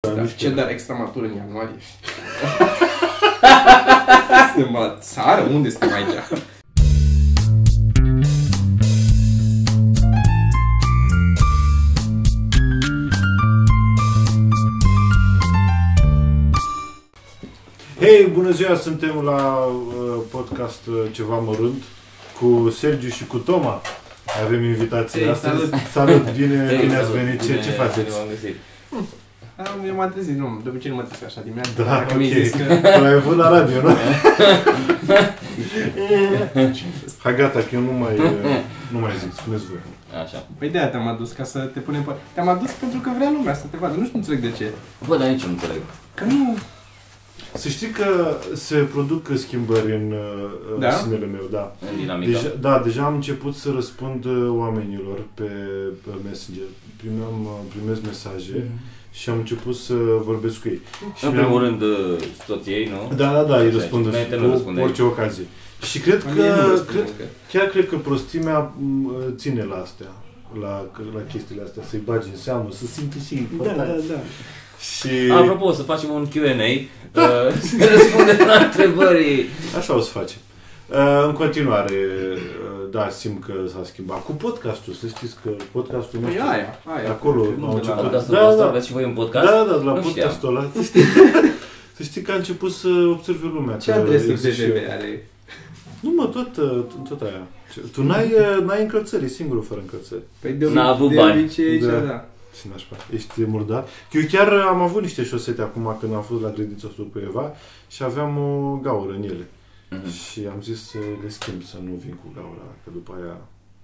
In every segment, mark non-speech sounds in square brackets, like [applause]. Asta Da, mișto. ce dar extramatur în ianuarie. [laughs] Suntem la țară? Unde suntem aici? Hei, bună ziua! Suntem la uh, podcast uh, Ceva Mărunt cu Sergiu și cu Toma. Avem invitații Hei, astăzi. salut! Salut! Bine, Ei, bine ați salut, venit! Ce, bine- ce faceți? bine v-am găsit. Am, eu m-am trezit, nu, de obicei nu mă trezesc așa dimineața. Da, Dacă mi-ai ok. zis că... Tu l-ai avut la radio, [laughs] nu? Hai gata, că eu nu mai, uh, nu mai zic, spuneți voi. Așa. Păi de-aia te-am adus, ca să te punem pe... Te-am adus pentru că vrea lumea să te vadă, nu știu înțeleg de ce. Bă, dar nici nu înțeleg. Că nu... Să știi că se produc schimbări în uh, Da? sinele meu, da. În dinamica. Deja, da, deja am început să răspund uh, oamenilor pe, pe Messenger. Primeam, uh, primesc mesaje Mm. și am început să vorbesc cu ei. Și În mi-am- primul rând, uh, soției, nu? Da, da, da, îi Așa, răspund înainte nu cu răspundeai. orice ocazie. Și cred Mie nu că, răspunde cred, încă. chiar cred că prostimea m, ține la astea, la, la chestiile astea, să-i bagi în seamă, să simte și ei Da, da, importanți. da. Și Apropo, o să facem un Q&A, Da. uh, [laughs] să răspundem la întrebări. așa o să facem. Uh, În continuare, uh, da, simt că s-a schimbat cu podcastul, să știți că podcastul Păi nostru... aia, aia. da. Acolo m-au Nu de la- început. Podcastul Da, vostru, da. aveți și voi un Da, podcast? da, da, la Nu știam. podcastul ăla, să [laughs] știi, să știi că a început să observe lumea. Ce că adresă există și- VVV are? Nu mă, tot, tot, tot aia. Ce- Tu n-ai, uh, n-ai încălțări, e singurul fără încălțări. Păi de, N-a avut de bani. obicei aici, Da. da. Și nașpa, ești murdar. Eu chiar uh, am avut niște șosete acum când am fost la grădinițul pe Eva și aveam o gaură în ele. Mhm. Și am zis să le schimb, să nu vin cu gaura, că după aia...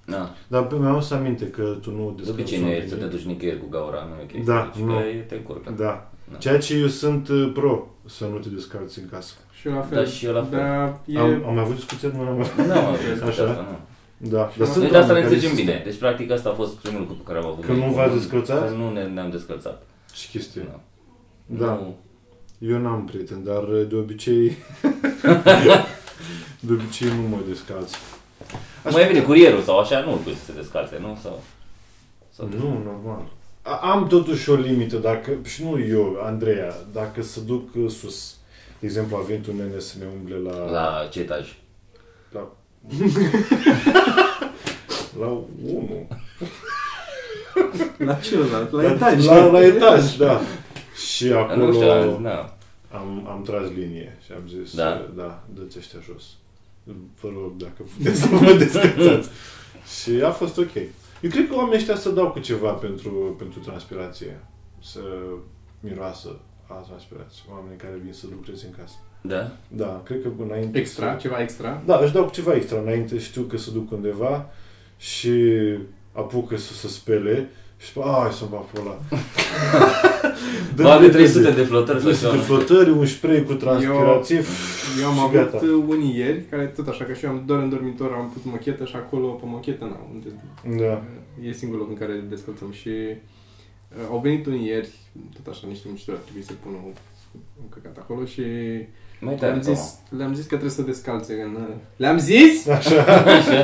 Da. Dar pe mi-am să aminte că tu nu De descansi. obicei nu e să te duci nicăieri cu gaura, nu e ok. Da, Deci nu. că e- te încurcă. Da. Da. Ceea ce eu sunt uh, pro, să nu te descalți în casă. Și eu la fel. Da, și eu la fel. Dar e... Am, am mai avut discuția? Nu am mai... Nu, Da, mă, Așa. asta, nu. Da. Și Dar am- sunt Deci asta ne oameni care înțelegem insistă. bine. Deci, practic, asta a fost primul lucru pe care l-am avut. Că nu noi. v-ați descălțat? Că nu ne, ne-am descălțat. Și chestii. Nu. Da. Nu. Eu n-am prieten, dar uh, de obicei... de obicei nu mă descalț. Așa- Mai vine curierul sau așa, nu îl să se descalțe, nu? Sau... sau Nu, normal. A- Am totuși o limită, dacă, și nu eu, Andreea, dacă se duc uh, sus. De exemplu, a venit un nene să ne umble la... La ce etaj? La... [laughs] la 1. La celălalt, la etaj. Da, La, la etaj, da. Și acolo Nu știu, da. am, am tras linie și am zis, Da? da, da dă-ți ăștia jos. Vă rog, dacă puteți să vă descățați. și a fost ok. Eu cred că oamenii ăștia să dau cu ceva pentru, pentru transpirație. Să miroasă a transpirație. Oamenii care vin să lucreze în casă. Da? Da, cred că înainte... Extra, Să... ceva extra. Da, își dau cu ceva extra înainte. Știu că se duc undeva și apucă să se spele și spune, ai să-mi va pula. Bagă 300 de flotări sau 300 de ceva. flotări, un spray cu transpirație. Eu am și avut gata. uh, unii ieri, care tot așa, că și eu am doar în dormitor, am pus mochetă și acolo pe mochetă, na, unde Da. e singurul loc în care descălțăm și uh, au venit unii ieri, tot așa, niște muncitori, ar trebui să pună un căcat acolo și Mai Da, tare, le-am zis. zis, le-am zis că trebuie să descalțe în... uh, Le-am [laughs] zis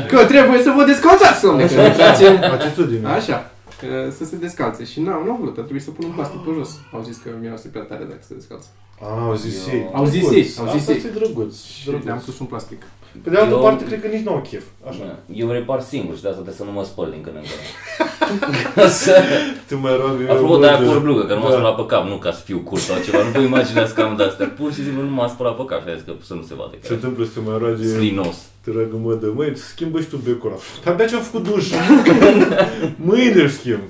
că trebuie să vă descalțați, domnule, că intrați în- Atitudine. Așa, că să se descalțe și n-au, n-au vrut, a trebuit să pun un plastic pe jos. Au zis că mi-era prea tare dacă se descalță. A, au zis Eu- ei. Au zis Drăguț. ei, au zis Asta ei. este drăguț. Și drăguț. le-am pus un plastic. Pe de altă Eu- Da. parte, cred că nici nu au chef. Așa. Eu repar singur și de asta trebuie să nu mă spăl din când în [laughs] când. Te mai rog eu. Apropo, bă, dar de- cu blugă, că nu m-a Da. spălat pe cap, nu ca să fiu curt sau ceva, nu vă imaginați că am de astea. Pur și simplu nu m-a spălat pe cap și a zis că să nu se vadă Se că întâmplă să te mai roage, slinos. te roagă mă de măi, îți schimbă și tu becul ăla. Dar abia ce-am făcut [laughs] duș. Mâine îl schimb.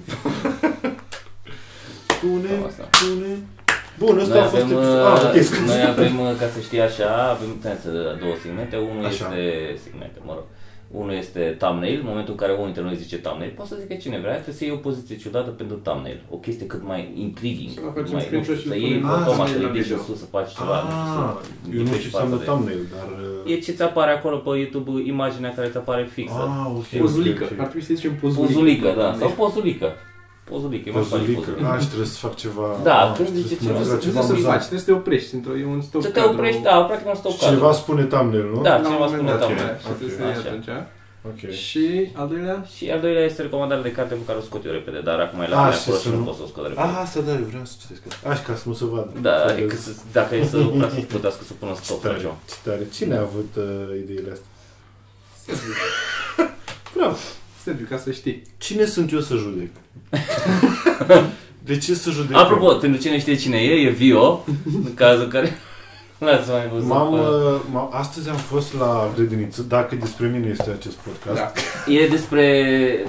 Cam Spune, asta. spune. Bun, ăsta noi a fost avem, episodul. Ah, ok, uh, scuze. noi avem, uh, ca să știi așa, avem putem să două segmente. Unul Așa. este segmente, mă rog. Unul este thumbnail, în momentul în care unul dintre noi zice thumbnail, poți să zică cine vrea, trebuie să iei o poziție ciudată pentru thumbnail, o chestie cât mai intriguing, Să facem mai, nu știu, screenshot și să îl iei punem la fotoma, să thumbnail la ridici în video. sus, să faci ceva, nu Ah, știu, să eu nu știu ridici ce fața înseamnă de- thumbnail, dar... uh, E exact. ce ți apare acolo pe YouTube, imaginea care ți apare fixă. Ah, ok, ok, Pozulică, ok. ar trebui să zicem pozulică. Pozulică, da, sau pozulică. Pozulică, e mai faci Pozulică. pozulică. Ah, și trebuie să fac ceva... Da, ah, când și zice mă ceva, duc la Nu trebuie să-l amuzant. faci, trebuie să te oprești, într-o, e un stop Să te cadru. oprești, da, practic un Și stop Ceva spune thumbnail, nu? Da, la un cineva moment spune dat, thumbnail. da, și trebuie să iei Așa. atunci. Ok. Și al doilea? Și al doilea este recomandarea de carte pe care o scot eu repede, dar acum e la Ah, mine și acolo să și nu nu- pot să o scot repede. Ah, asta da, eu vreau să citesc. Așa ca să nu se vadă. Da, Să adică vezi. să, dacă e [laughs] să vrea să putească să pună Ce stop sau tare, ceva. ce tare. Cine a avut uh, ideile [laughs] astea? Bravo. Sergiu, ca să știi. Cine sunt eu să [laughs] judec? De ce să judec? Apropo, pentru cine știe cine e, e Vio, în cazul care... [laughs] L-ați mai văzut. M-am, pe- uh, m-am, astăzi am fost la grădiniță, dacă despre mine este acest podcast. Da. E despre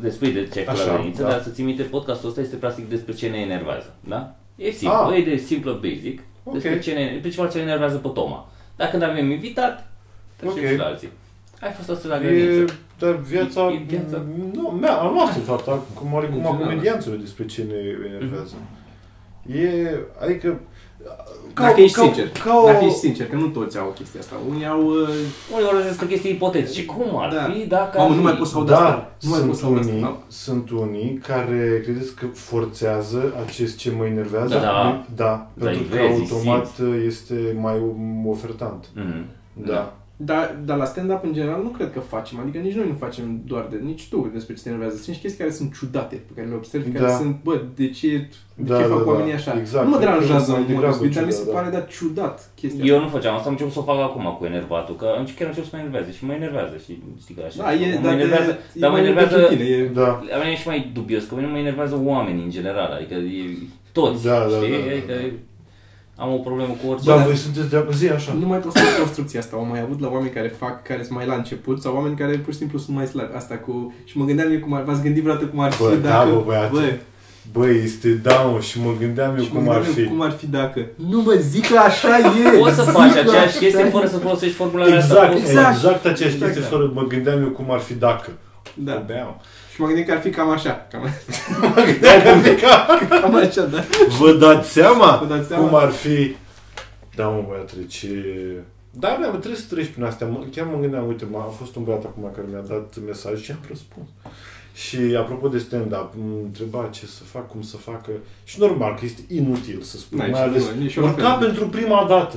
despre de ce ai Așa, la graniță, da. dar să ții minte, podcastul ăsta este practic despre ce ne enervează, da? E simplu, Ah. e de simplă basic, Ok. despre ce ne, în principal ce ne enervează pe Toma. Dacă când avem invitat, trecem Ok. și la alții. Ai fost astăzi la E, graniță. dar viața, E- e viața. Nu, mea, a noastră, de fapt, a- cum are cum a Funcțională. comedianților despre ce ne enervează. E, adică, Mhm. Dacă ești sincer. Ca o, Dacă ești sincer, că nu toți au chestia asta. Unii au... uh, Unii vorbesc că chestii ipotetice. Cum ar Da. fi dacă Mamă, ar nu mai fi? pot să aud da, asta. Nu mai pot sunt să aud asta. unii, da. sunt unii care credeți că forțează acest ce mă enervează? Da. da Da, pentru îi că vezi, îi automat este mai ofertant. Mhm. Da. Dar, dar la stand-up în general nu cred că facem, adică nici noi nu facem doar de, nici tu despre ce te enervează. Sunt niște chestii care sunt ciudate, pe care le observi, Da. care sunt, bă, de ce, de Da, ce da, fac da, oamenii așa? exact. Nu mă Cred că deranjează mai în mod degrabă deosebit, dar mi se ciudat, da. pare, dar ciudat chestia Eu nu făceam asta, am început să o fac acum cu enervatul, că am- chiar încep să mă enerveze și mă enervează și știi că așa. Da, e, mă dar, enervează, te, dar mă mai mult pentru enervează, tine, e, Da. La mine e și mai dubios, că pe mine mă enervează oamenii în general, adică e, toți, Da, da, știi? da, da, da. adică am o problemă cu orice. Da, voi sunteți de zi așa. nu mai pot să fac construcția asta. Am mai avut la oameni care fac, care sunt mai la început sau oameni care pur și simplu sunt mai slabi. Asta cu... Și mă gândeam eu cum ar... V-ați gândit vreodată cum ar fi Bă, da, dacă... bă, băiat. Băi, este down și mă gândeam eu și mă cum ar gândeam eu fi. cum ar fi dacă... Nu mă zic că așa e! Poți să zic faci că aceeași așa chestie e. fără să folosești formula asta. Exact, Poți- Exact. exact, exact aceeași Exact, chestie, da. fără mă gândeam eu cum ar fi dacă. Da. Beam. Și mă gândeam că ar fi cam așa. Cam, Mă gândeam [laughs] că ar fi ca- cam așa, da. Vă dați seama Vă dați seama? cum ar fi? Da, mă, băiatule, ce... Da, da, mă, trebuie să treci prin astea. Mă- Chiar mă gândeam, uite, m-a- a fost un băiat acum care mi-a dat mesaj și am răspuns. Și apropo de stand-up, îmi întreba ce să fac, cum să facă. Și normal că este inutil să spun, N-ai mai ce- ales nu, nici eu la urca fel. pentru prima dată.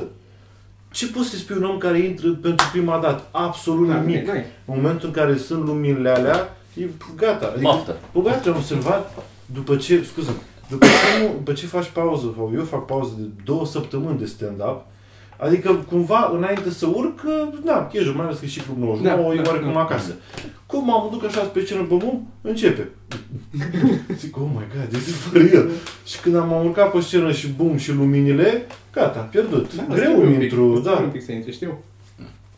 Ce poți să-i spui un om care intră pentru prima dată? Absolut Da, nimic. nimic, n-ai. În momentul în care sunt luminile alea, e gata. Adică, Baftă. bă, băiatul, am observat, după ce, scuză după ce, nu, după ce faci pauză, sau eu fac pauză de două săptămâni de stand-up, Adică, cumva, înainte să urc, na, ești, mai ales că e și Club 99, Da, e da, oarecum da. acasă. Cum am duc așa pe scenă, bă, bum, începe. Zic, oh my god, this is for real. Și când am urcat pe scenă și bum și luminile, gata, pierdut. Da, Greu stai un îmi pic, intru, stai Un da. pic să intri, știu.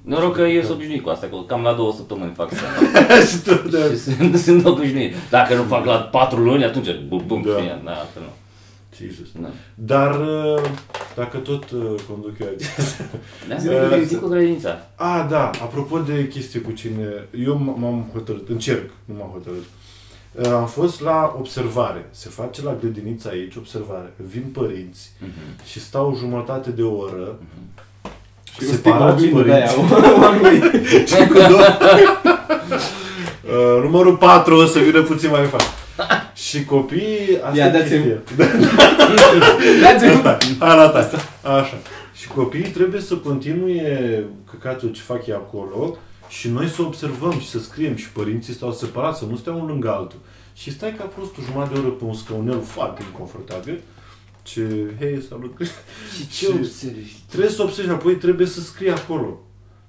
Noroc că eu sunt obișnuit cu asta, că cam la două săptămâni fac asta. [laughs] și tot, da. Și sunt, sunt obișnuit. Dacă nu fac la patru luni, atunci bum, bum, Da. știi, da, asta nu. Jesus. Da. Dar uh, dacă tot uh, conduc eu acest... Zi cu Da? credința. Zic cu credința. [laughs] A, da, apropo de chestii cu cine... Eu m- m-am hotărât, încerc, nu m-am hotărât. Uh, Am fost la observare. Se face la grădinița aici observare. Vin părinți Mhm. și stau jumătate de oră Mhm. Și eu stic la separați oglindă de aia. părinți. [laughs] oamenii. Și [laughs] cu două... Uh, numărul 4 o să vină puțin mai [laughs] fac. Și copiii... asta Ia, e dați-mi. chestia. Da, Asta, arată asta. Așa. Și copiii trebuie să continue căcatul ce fac ei acolo și noi să observăm și să scriem și părinții stau separați, să nu stea unul lângă altul. Și stai ca prostul jumătate de oră pe un scaunel foarte inconfortabil ce, hei, salut, Și Și- ce observi? trebuie să observi, apoi trebuie să scrii acolo.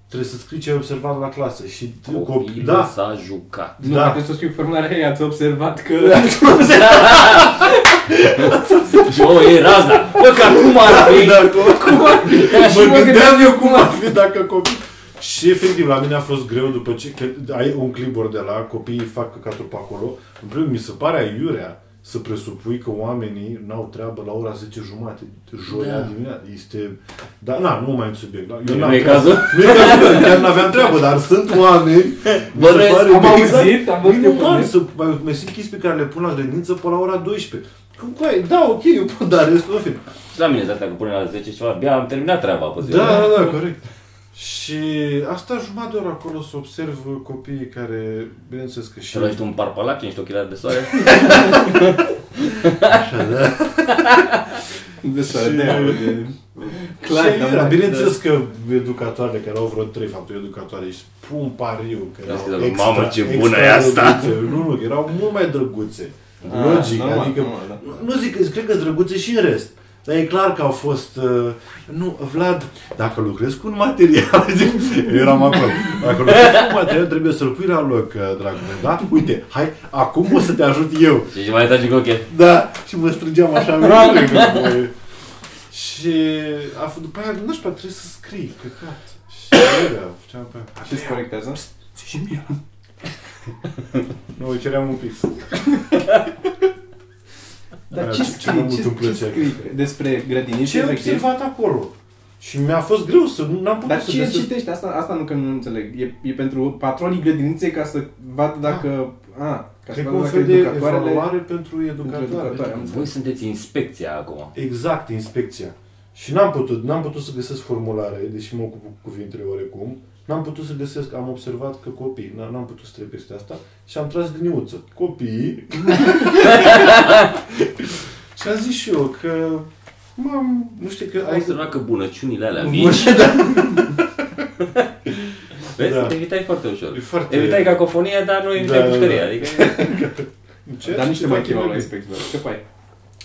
Trebuie să scrii ce ai observat la clasă și Copilul copii, da, s-a jucat. [laughs] Nu, Da. trebuie să scriu formularea, hei, ați observat că... [laughs] Bă, e raza. Bă, că acum ar fi. Da, acolo. Cum ar fi? mă gândeam eu [laughs] cum ar fi dacă copii... Și efectiv, la mine a fost greu după ce că ai un clipboard de la copiii fac căcatul pe acolo. În primul rând, mi se pare aiurea să presupui că oamenii n-au treabă la ora 10 jumate, joia Da. da. dimineața. Este... Dar, na, nu mai în subiect. la- Eu Nu n-am e treabă. cazul? Nu e cazul, chiar n-aveam treabă, dar sunt oameni... mi se Bănuiesc, pare Am bine, exact, auzit, am E normal auzit. să mai, mai sunt chestii pe care le pun la grădiniță pe la ora 12. Cum cu aia? Da, ok, eu pot, dar restul, în fine. Și la mine exact, dacă pune la 10 și ceva, abia am terminat treaba pe ziua. Da, da, da, corect. Și asta jumătate de oră acolo să observ copiii care, bineînțeles că și... Și luai tu un parpalac, niște ochelari de soare. De soare, Și- Deci, de aia, de- da, Clar, da. și dar da, era, mă- bineînțeles că educatoarele care au vreo trei faptul educatoare și pun pariu că Astea erau erau, extra, "Mamă, ce extra bună e asta!" drăguțe. Nu, nu, erau mult mai drăguțe. Ah, Logic, normal, adică normal, da. nu- nu zic, cred că drăguțe și în rest. Dar e clar că au fost... Uh, nu, Vlad, dacă lucrezi cu un material... [laughs] eu eram acolo. Dacă lucrezi cu un material, trebuie să-l pui la loc, uh, dragul meu, da? Uite, hai, acum o să te ajut eu. Și ce mai tragi cu ochii. Da, și mă strângeam așa [laughs] în mâine, că voi. Și a fost, după aia, nu știu, trebuie să scrii, căcat. Și [coughs] da, făceam pe aia. Și se corectează? Zi și mie. Nu, îi ceream un pix. Dar Aia, Da, ce ce- ce mă scrii? mult Ce, îmi ce plăcea. scrii despre grădiniță, Ce am efectiv? observat acolo? Și mi-a fost greu să nu am putut Dar să cine găsesc. citește? Asta, asta nu că nu înțeleg. E, e pentru patronii grădiniței ca să vadă dacă... A, ca să Cred că vadă un dacă fel de educatoarele... evaluare pentru educatoare. educatoare. Am Voi înțeles. sunteți inspecția acum. Exact, inspecția. Și n-am putut, n-am putut să găsesc formulare, deși mă ocup cu cuvintele oarecum, n-am putut să găsesc, am observat că copiii, n- n-am putut să trec peste asta și am tras liniuță. Copiii. [laughs] și am zis și eu că, mam, nu știu că Ai ai... observat că bunăciunile alea Bună- mici, [laughs] vezi, da. te evitai foarte ușor. E foarte... Evitai cacofonia, dar nu evitai Da, da, pușcăria, da. adică... Ce? Dar nici Ce nu mai fac chemau eu? la inspector. Scăpai.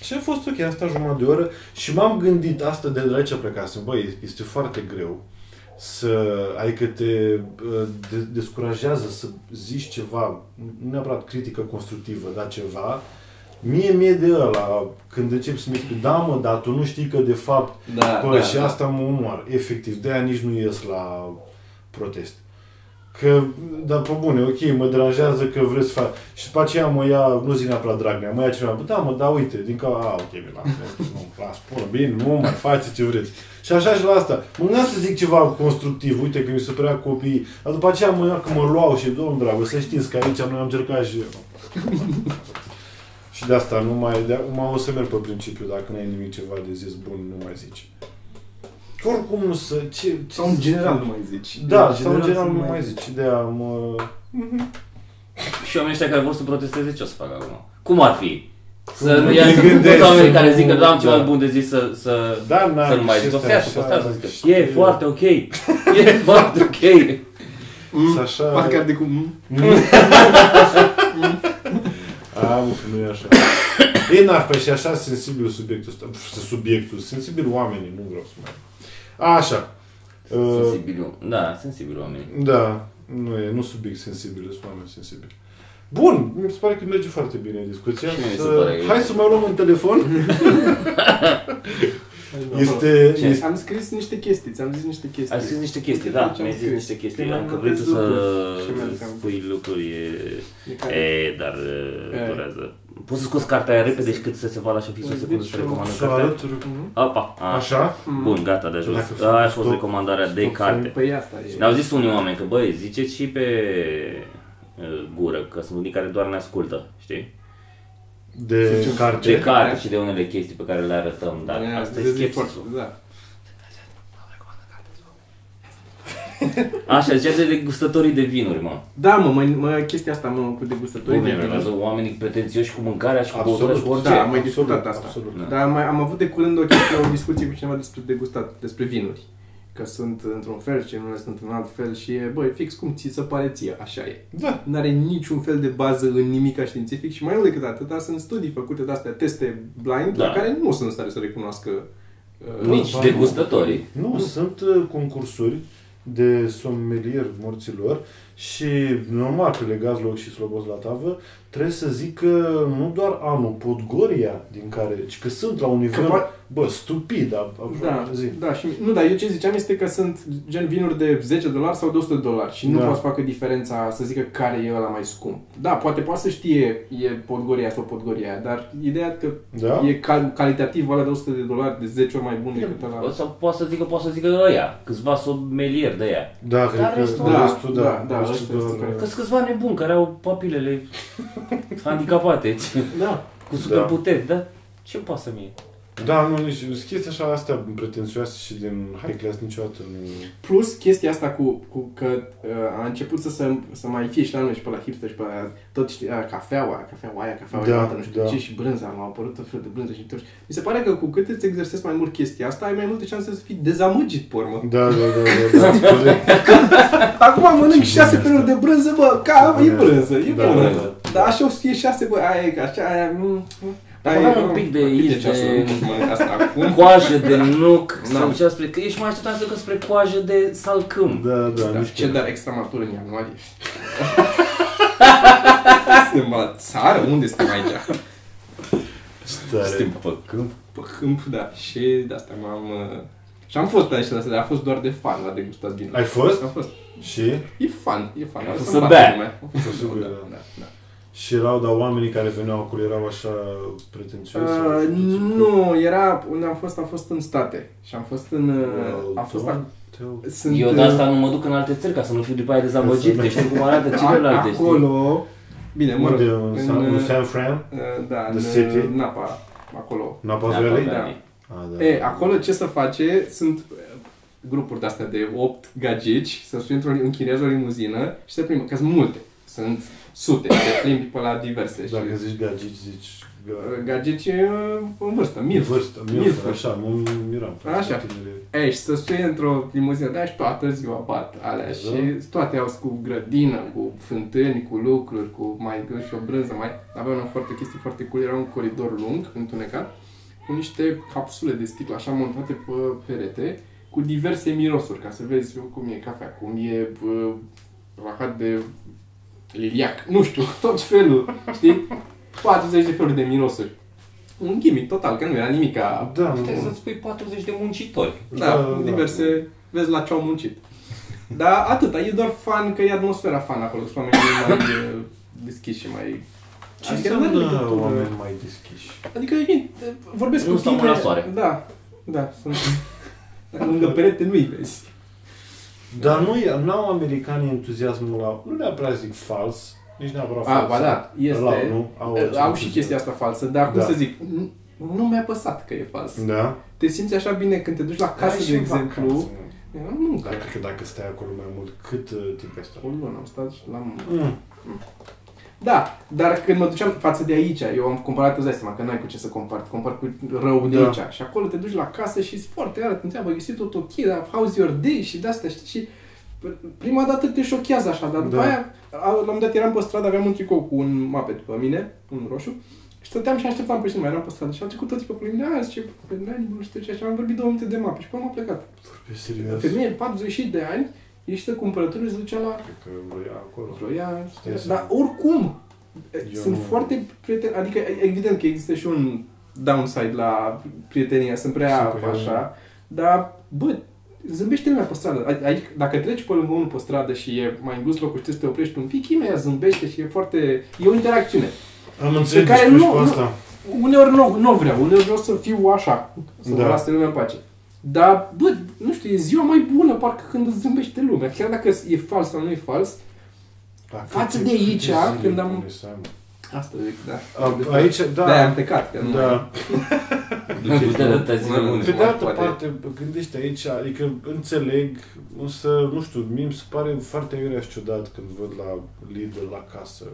Și a fost ok, am stat jumătate de oră și m-am gândit asta de la ce plecasem. Băi, este foarte greu să, adică te uh, de, descurajează să zici ceva, nu neapărat critică constructivă, dar ceva, mie mi-e de ăla, când încep să mi spui, da mă, dar tu nu știi că de fapt, Da, bă, da, și da. asta mă umoară, efectiv, de-aia nici nu ies la protest. Că, dar pe bune, ok, mă deranjează că vreți să fac. Și după aceea mă ia, nu zic neapărat Dragnea, mă ia cineva, "Bă, da, mă, da, uite, din ca, a, ok, bine, lasă, [laughs] nu, las, până, bine, nu mai faceți ce vreți. Și așa și la asta. Mă gândeam să zic ceva constructiv, uite că mi se părea copiii, dar după aceea mă ia că mă luau și, domn dragă, să știți că aici noi am încercat și [laughs] și de asta nu mai, de acum o să merg pe principiu, dacă nu ai nimic ceva de zis bun, nu mai zici. Că Oricum nu să, ce, ce Sau în să general spun? nu mai zici. Da, sau în general să nu mai zici. De aia mă... Și oamenii ăștia care vor să protesteze, ce o să facă acum? Cum ar fi? Să nu Te iasă cu gândești toți oamenii să care nu- zic că da, am ceva da. bun de zis să, să, Da, n-ai să nu mai ce zic. O să stai iasă, așa, o să iasă, da, zică, știu e eu." foarte ok, e [laughs] foarte ok. Uh, Mm, Să așa- Parcă de cum... mm. A, mă, că nu e așa. [coughs] Ei, n-ar fi și așa sensibil subiectul ăsta. Pf, Subiectul, sensibil oamenii, nu vreau să mai... Așa. Uh, Sensibil, da, sensibil oamenii. Da, nu e, nu subiect sensibil, sunt oameni sensibili. Bun, mi se pare că merge foarte bine discuția. Și mie mi se Să- pare că- Hai să mai luăm un [laughs] telefon. Este... Este, Ce? este Am scris niște chestii, ți-am zis niște chestii. Ai scris niște chestii, da, Deci mi-ai zis niște chestii, am că vrei tu să spui lucruri, De care- e, dar e, durează. Poți să scoți cartea aia repede și cât să se vadă așa fix o secundă să recomandă Păi, deci să cartea? arăt Mhm. Apa, a, așa. bun, gata, de ajuns. Dacă- Aia a fost stop, recomandarea de stop, carte. Păi asta e. Ne-au zis unii oameni că, băi, ziceți și pe uh, gură, că sunt unii care doar ne ascultă, știi? De Zicem- carte. De Ce? carte și de unele chestii pe care le arătăm, dar Ia, asta e să zic schepsisul. foarte- Da. Așa, zicea de degustătorii de vinuri, mă. Da, mă, mă, mă, chestia asta, mă, cu degustătorii Bine, de vin. enervează oamenii pretențioși cu mâncarea și cu băutura și Absolut. cu orice. Da, am mai Absolut, discutat asta. Da. absolut. Dar am, mai, am avut de curând o, chestie, o discuție cu cineva despre degustat, despre vinuri. Că sunt într-un fel și nu sunt în alt fel și e, băi, fix cum ți se pare ție, așa e. Da. N-are niciun fel de bază în nimica științific și mai mult decât atâta sunt studii făcute de astea, teste blind, Da. la care nu sunt în stare să recunoască uh, Nici ba, nu. degustătorii. Nu, sunt uh, concursuri de sommelier morților și normal că legați loc și slobos la tavă, trebuie să zic că nu doar anul, podgoria din care, ci că sunt la un nivel, poate- bă, stupid, ab- Da, zi. da, și nu, dar eu ce ziceam este că sunt gen vinuri de 10 dolari sau de 100 dolari și nu Da. da. poate să facă diferența să zică care e ăla mai scump. Da, poate poate să știe e podgoria sau podgoria, aia, dar ideea că Da? e cal- calitativ ăla de 100 de dolari de 10 ori mai bun decât O ăla. Sau poate să zică, poate să zică ăia, câțiva somelieri de aia. Da, cred că restul- Da, restul, da. da, da, restul, restul este corect. Că sunt câțiva nebuni care au papilele [laughs] handicapate, Da. cu superputeri, da? Ce pasă mie? Da, nu, nici sunt chestii așa astea pretențioase și din high class niciodată nu... Plus chestia asta cu, cu că uh, a început să, se, să mai fie și la noi și pe la hipster și pe la tot știi, uh, cafeaua, cafeaua aia, cafeaua Da, aia, nu știu da. ce și brânza, m-au apărut tot felul de brânză și tot. Mi se pare că cu cât îți exersezi mai mult chestia asta, ai mai multe șanse să fii dezamăgit pe urmă. Da, da, da, da, da, corect. [laughs] Acum mănânc Ce șase bun e feluri asta. de brânză, bă, ca Ce e bun e brânză, asta. e Da, bună. da, da. Dar așa o să fie șase, bă, aia e ca așa, aia... mm, mm. Dar Aia mai e, un mm, pic de câte iz de- ceasuri? Nu știu, mănânc asta [laughs] acum. Coajă de nuc, Da. sau cea spre... Că ești mai așteptat să ducă spre coajă de salcâm. Da, da, Da, nu ce știu. dar extra matur în ianuarie. [laughs] Suntem la țară? Unde suntem aici? Ce Da, tare. Suntem pe câmp. Pe câmp, da. Și de asta m-am... uh, Și am fost la niște astea, dar a fost doar de fan la degustat vin. Ai fost? Am fost. Și? E fan, e fan. A fost Să să îmi bată bea. lumea. A fost să Da, bea. da, da. Și erau, dar oamenii care veneau acolo erau așa pretențioși? sau Uh, așa, puțin- nu, era unde am fost, am fost în state și am fost în... uh, Well, a fost don't ac- tell- sunt, Eu de uh, asta nu mă duc în alte țări ca să nu fiu după aia dezamăgit, că știu cum arată celelalte, știi? Acolo... Bine, mă rog, Unde? În San- în, în uh, San Fran? uh, da, The în City? uh, Napa, acolo. Napa Da, Valley? da. Ah, da. E, acolo ce să face sunt uh, grupuri de astea de 8 gagici, să se într-o închinezi o limuzină și să plimbă, că sunt multe, sunt sute, te plimbi pe la diverse. și, Dacă zici gagici, zici... uh, gagici uh, în vârstă, milf. Vârstă, Milf. milf, așa, mă miram. Așa. Ei, și să sui într-o limuzină de și toată ziua bat alea Da. și toate au cu grădină, cu fântâni, cu lucruri, cu mai și o brânză, mai... Aveam o foarte chestie foarte cool, era un coridor lung, întunecat, cu niște capsule de sticlă așa montate pe perete, cu diverse mirosuri, ca să vezi cum e cafea, cum e bă, rahat de liliac, nu știu, [laughs] tot felul, știi? 40 de feluri de mirosuri. Un gimmick total, că nu era nimic ca Da, nu. Puteai să-ți pui 40 Păi de muncitori. [laughs] da, diverse, vezi la ce au muncit. Dar atâta, e doar fan, că e atmosfera fan acolo, sunt oamenii [coughs] mai eh, deschiși și mai... Ce Adică nu are înseamnă legătură. oameni mai deschiși? Adică vin, eh, vorbesc Eu cu stau tine... mai la soare. Da, da, sunt... [laughs] Dacă lângă perete nu-i vezi. Dar nu e- n-au americanii entuziasmul ăla, nu neapărat zic fals, nici neapărat A, fals. ba da, este... Ăla, nu? Au, Eh, Au și chestia asta falsă, dar cum Da. să zic, nu- nu mi-a păsat că e fals. Da? Te simți așa bine când te duci la Ai casă, și de în exemplu. vacanță, mă. Eu Nu, Dar cred că dacă stai acolo mai mult, cât uh, timp ai stat? o lună am stat și l-am Mm. Da, dar când mă duceam față de aici, eu am comparat, îți dai seama că n-ai cu ce să compari, te compari cu rău de Da. aici. Și acolo te duci la casă și sunt foarte rar, te întreabă, you see tot ok, dar how's your day și de-astea, știi? Și prima dată te șochează așa, dar după Da. aia, a- la un moment dat eram pe stradă, aveam un tricou cu un mape după mine, un roșu, și stăteam și așteptam pe cineva, eram pe stradă și a trecut tot tipul pe mine, a, zice, pe nani, nu știu ce, și am vorbit două minute de mape și până am plecat. Vorbesc serios. Femeie, 40 de ani, ieșită cumpărături, se ducea la Cred că e acolo. Vroia, Stai să- dar oricum, Eu sunt nu- foarte prieten, adică e- evident că există și un downside la prietenia, sunt prea Sunt prea- așa, dar bă, zâmbește lumea pe stradă. Ad- Adică dacă treci pe lângă unul pe stradă și e mai îngust locul și trebuie să te oprești un pic, imediat zâmbește și e foarte... e o interacțiune. Am înțeles, Pe care deci tu ești nu- pe nu- asta. Uneori nu, nu vreau, uneori vreau să fiu așa, să da. Da. mă lase lumea în pace. Dar, bă, nu știu, e ziua mai bună parcă când îți zâmbește lumea. Chiar dacă e fals sau nu e fals, Da, Față cât de timp- aici, câte zile când am- trebuie să am? asta zic, da. A, Aici, da. Da, am plecat. Că nu mai- Da. Nu puteai de tăzi de Mai- unde. Pe de mai altă poate. parte, gândește aici, adică înțeleg, însă, nu știu, mie mi se pare foarte iurea și ciudat când văd la Lidl, la casă,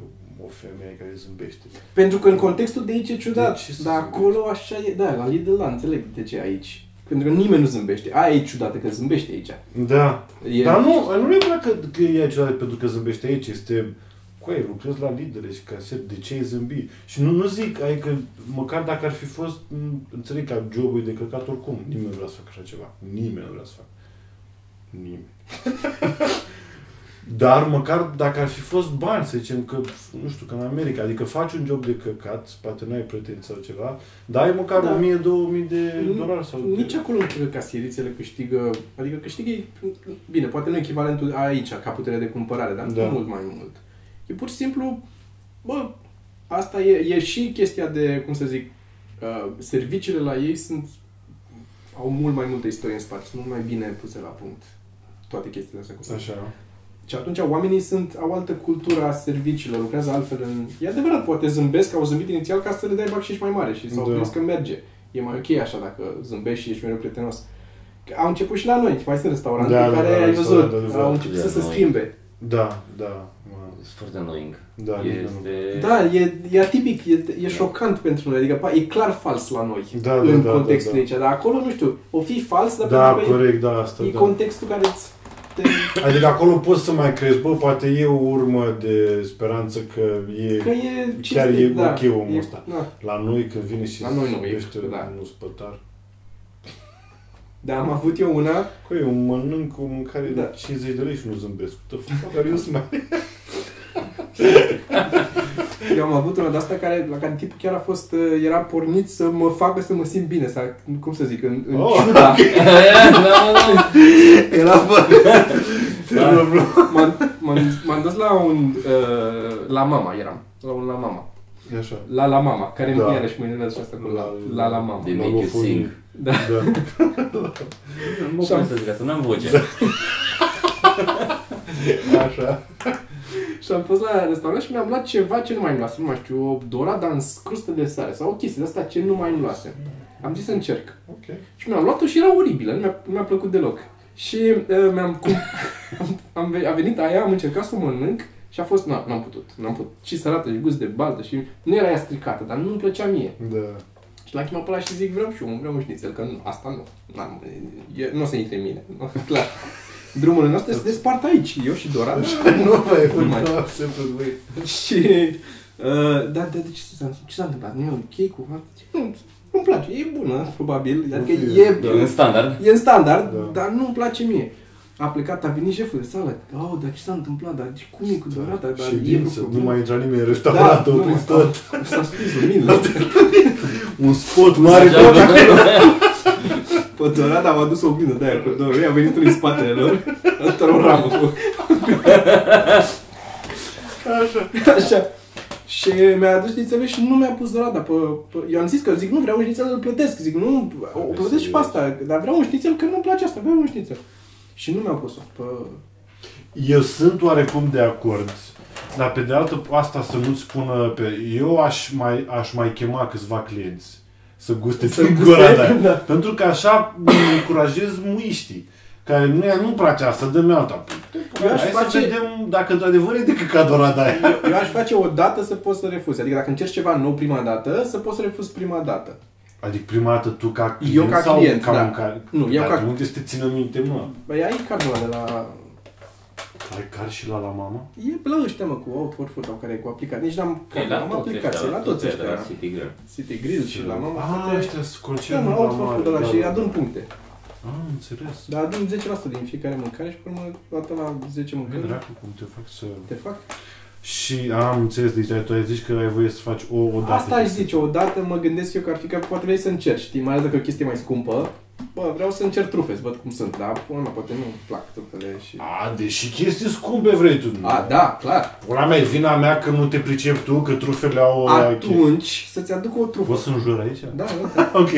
o femeie care zâmbește. Pentru că în contextul de aici e ciudat, De ce să dar zâmbești? acolo așa e. Da, la Lidl, da, înțeleg de ce aici. Pentru că nimeni nu zâmbește. Aia e ciudată că zâmbește aici. Da. E... Dar nu, nu neapărat că, că e ciudat pentru că zâmbește aici, este Coai, lucrez la lidere și casier, de ce ai zâmbi? Și nu, nu zic, adică, măcar dacă ar fi fost, m, înțeleg că jobul e de căcat oricum, nimeni nu vrea să facă așa ceva, nimeni nu vrea să facă. Nimeni. Dar măcar dacă ar fi fost bani, să zicem că, nu știu, că în America, adică faci un job de căcat, poate n-ai pretenții sau ceva, dar ai măcar Da. da. 1000-2000 de Nu- dolari sau... Nici de... acolo nu cred că casierițele câștigă, adică câștigă, bine, poate nu echivalentul aici ca putere de cumpărare, dar Da. da. mult mai mult. E pur și simplu, bă, asta e, e și chestia de, cum să zic, uh, serviciile la ei sunt, au mult mai multă istorie în spate, sunt mult mai bine puse la punct toate chestiile astea cu Așa. și atunci oamenii sunt, au altă cultură a serviciilor, lucrează altfel în... E adevărat, poate zâmbesc, au zâmbit inițial ca să le dai bacșiș mai mare și s-au Da. prins că merge. e mai ok așa dacă zâmbești și ești mereu prietenos. Că Au început și la noi, mai sunt restaurante Da, da, da, care da, ai văzut, restaurante, adevărat. au început Da, să se noi. schimbe. Da, da, mă, Sunt foarte annoying. da, nici nu- Este... Da, e, e atipic, e, e șocant pentru noi, adică pa, e clar fals la noi Da, da, în da, contextul da, da. aici, dar acolo, nu știu, o fi fals, dar Da, pentru că corect, da, asta, e, e da. contextul care îți te... Adică acolo poți să mai crezi, bă, poate e o urmă de speranță că că e e cinstit, Chiar e da, ok omul e- ăsta. Da, la noi când vine și La noi nu e, zâmbește da. un spătar. dar am avut eu una, Că Păi, eu mănânc o mâncare Da. de 50 de lei și nu zâmbesc. What the fuck [laughs] are you smiling? eu am avut una de asta care, la care tipul chiar a fost, uh, era pornit să mă facă să mă simt bine, sau cum să zic, în, în Oh. ciuda. [laughs] da, da. Era bă, Bla, bla. M-am, m-am, m-am dus la un... Uh, la mama eram. La un la mama. E Așa. La la mama, care Da. nu iarăși mă gândesc asta cu la la, la mama. They make you sing. Da. Da. Nu pot să zic asta, n-am voce. Da. Așa. Și am fost la restaurant și mi-am luat ceva ce nu mai îmi luasem. Nu mai știu, o dorada în crustă de sare sau o chestie de asta ce nu mai îmi luasem. Am zis să încerc. Ok. Și mi-am luat-o și era oribilă, nu mi-a, nu mi-a plăcut deloc. Și uh, mi-am cum, [laughs] am, am, ve- a venit aia, am încercat să o mănânc și a fost, na, n-am putut, n-am putut. Și sărată, și gust de baltă și nu era ea stricată, dar nu-mi plăcea mie. Da. Și la chema pe ăla și zic, vreau și eu, vreau un șnițel, că nu, asta nu, n-am, e- nu [laughs] o să intre în mine, clar. Drumurile noastre se despart aici, eu și Doran și Nu mai e [laughs] Nu mai. da, sempre voi. [laughs] și... Uh, da, da, de ce s-a, ce s-a întâmplat? Nu e ok cu... Nu, nu-mi place, e bună, probabil, adică fi, e, da. În standard. e în standard, Da. dar nu-mi place mie. A plecat, a venit șeful de sală. Oh, dar ce s-a întâmplat? Dar ce- cum e cu dorata? Dar Și Da, e din vreo să nu problemă?" mai intra nimeni în restaurant, nu au mai- pus tot. S-a spus luminile. Un spot mare. Așa, da. da. tot. Pe Dorada am adus o oglindă de aia cu două rei, a venit unul în spatele lor, ăsta era o ramă cu... Așa. Așa. Și mi-a adus nițele și nu mi-a pus Dorada pe, pe... Eu am zis că zic, nu vreau un șnițel, îl plătesc. Zic, nu, o Hai să plătesc și pe vezi. asta, dar vreau un șnițel că nu-mi place asta, vreau un șnițel. Și nu mi-au pus-o pe... Eu sunt oarecum de acord, dar pe de altă asta să nu-ți spună pe... Eu aș mai, aș mai chema câțiva clienți să guste Să din guste, gura ta. da. Pentru că așa îi încurajez muiștii care nu ea nu-mi place asta, dă-mi alta. Păi, Eu aș Hai face- să vedem dacă într-adevăr e de căcat dorada aia. Eu, eu aș face o dată să poți să refuzi. Adică dacă încerci ceva nou prima dată, să poți să refuzi prima dată. Adică prima dată tu ca client Eu ca sau client, ca da. mâncare? Nu, eu Dar ca- de unde să te țină minte, mă? Băi, ai cardul ăla de la Ai car și la la mama? E pe la ăștia, mă, cu Outward Food sau care e cu aplicație. Nici n-am E la am toți aplicație, ăștia, la toți ăștia. da, de la la City Grill. City Grill și la mama. Ah, ăștia sunt Da, concernul mă, la Outward mare. Food ăla da, și da. adun puncte. Ah, înțeles. Dar adun 10% din fiecare mâncare și pe urmă toată la 10 Bine, mâncări. dracu, cum te fac să... Te fac. Și am înțeles, deci tu ai zis că ai voie să faci o, o dată. Asta aș zice, odată mă gândesc eu că ar fi că poate vrei să încerci, știi, mai ales dacă e o chestie mai scumpă. Bă, vreau să încerc trufe, să văd cum sunt, dar până la urmă, poate nu-mi plac trufele și... A, deși chestii scumpe vrei tu. nu? A, da, clar. Pula mea, e vina mea că nu te pricep tu, că trufele au... Atunci să-ți aduc o trufă. Poți să înjur aici? Da, da, [laughs] Ok.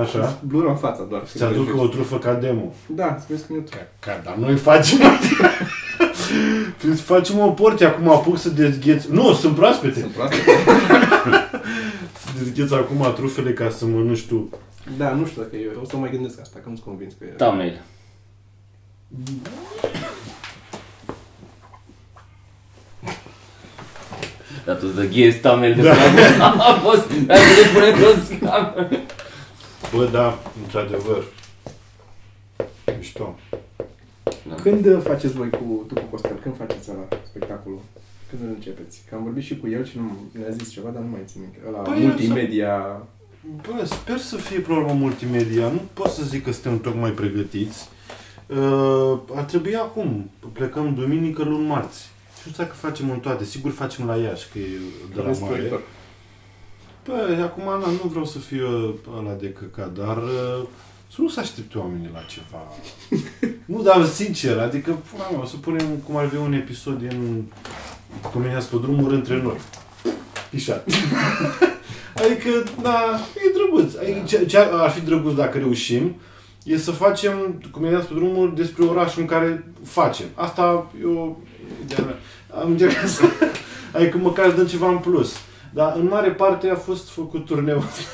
Așa. da. Blură în fața doar. Să-ți aduc o trufă ca demo. Da, să vezi cum e o trufă. Ca, ca dar noi facem... [laughs] Trebuie să facem o porție, acum apuc să dezgheți... Nu, sunt proaspete! Sunt proaste. Să dezgheți acum trufele ca să mănânci tu. Da, nu știu dacă eu o să mai gândesc asta, că nu-ți convins că e. Thumbnail. Dar tu zăghiezi thumbnail de da. [laughs] A fost, a fost pune toți camera. Bă, da, într-adevăr. Mișto. Când uh, faceți voi cu tu cu Costel? Când faceți ăla spectacolul? Când îl începeți? Că am vorbit și cu el și nu ne-a zis ceva, dar nu mai țin minte. Ăla Păi, multimedia... Bă, sper să fie problema multimedia. Nu pot să zic că suntem tocmai pregătiți. Uh, ar trebui acum. Plecăm duminică, luni, marți. Și nu știu dacă facem în toate. Sigur facem la Iași, că e de la Aveți mare. proiector. Bă, Păi, acum na, nu vreau să fiu uh, ăla de căcat, dar uh, să nu se aștepte oamenii la [laughs] ceva. nu, dar sincer, adică, pula mea, o să punem cum ar fi un episod din Comenia pe drumuri între noi. [laughs] Pișa. adică, da, e drăguț. Adică, ce, ce ar- ar fi drăguț dacă reușim e să facem Comenia pe drumuri despre orașul în care facem. Asta eu... de-a mea. Am încercat să... Adică măcar dăm ceva în plus. Dar în mare parte a fost făcut turneul ăsta. [laughs]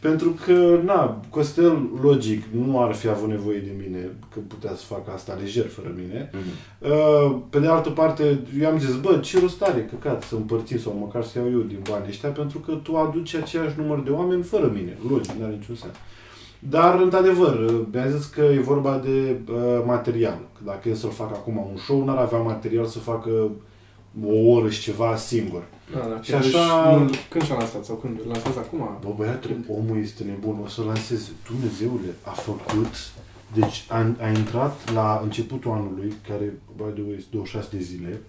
Pentru că, na, Costel, logic, nu ar fi avut nevoie de mine, că putea să facă asta lejer fără mine. Mhm. Uh, Pe de altă parte, eu am zis, bă, ce rost are, căcat, să împărțim sau măcar să iau eu din banii ăștia, pentru că tu aduci aceeași număr de oameni fără mine. Logic, nu are niciun sens. Dar, într-adevăr, uh, mi-a zis că e vorba de uh, material. Că dacă e să-l fac acum un show, n-ar avea material să facă o oră și ceva singur. Da, da, Și că deci așa- nu- Când și-a lansat sau când? Lansează acum? Bă, băiatul, omul este nebun, o să lanseze. Dumnezeule, a făcut... Deci a, a intrat la începutul anului, care, by the way, este 26 de zile,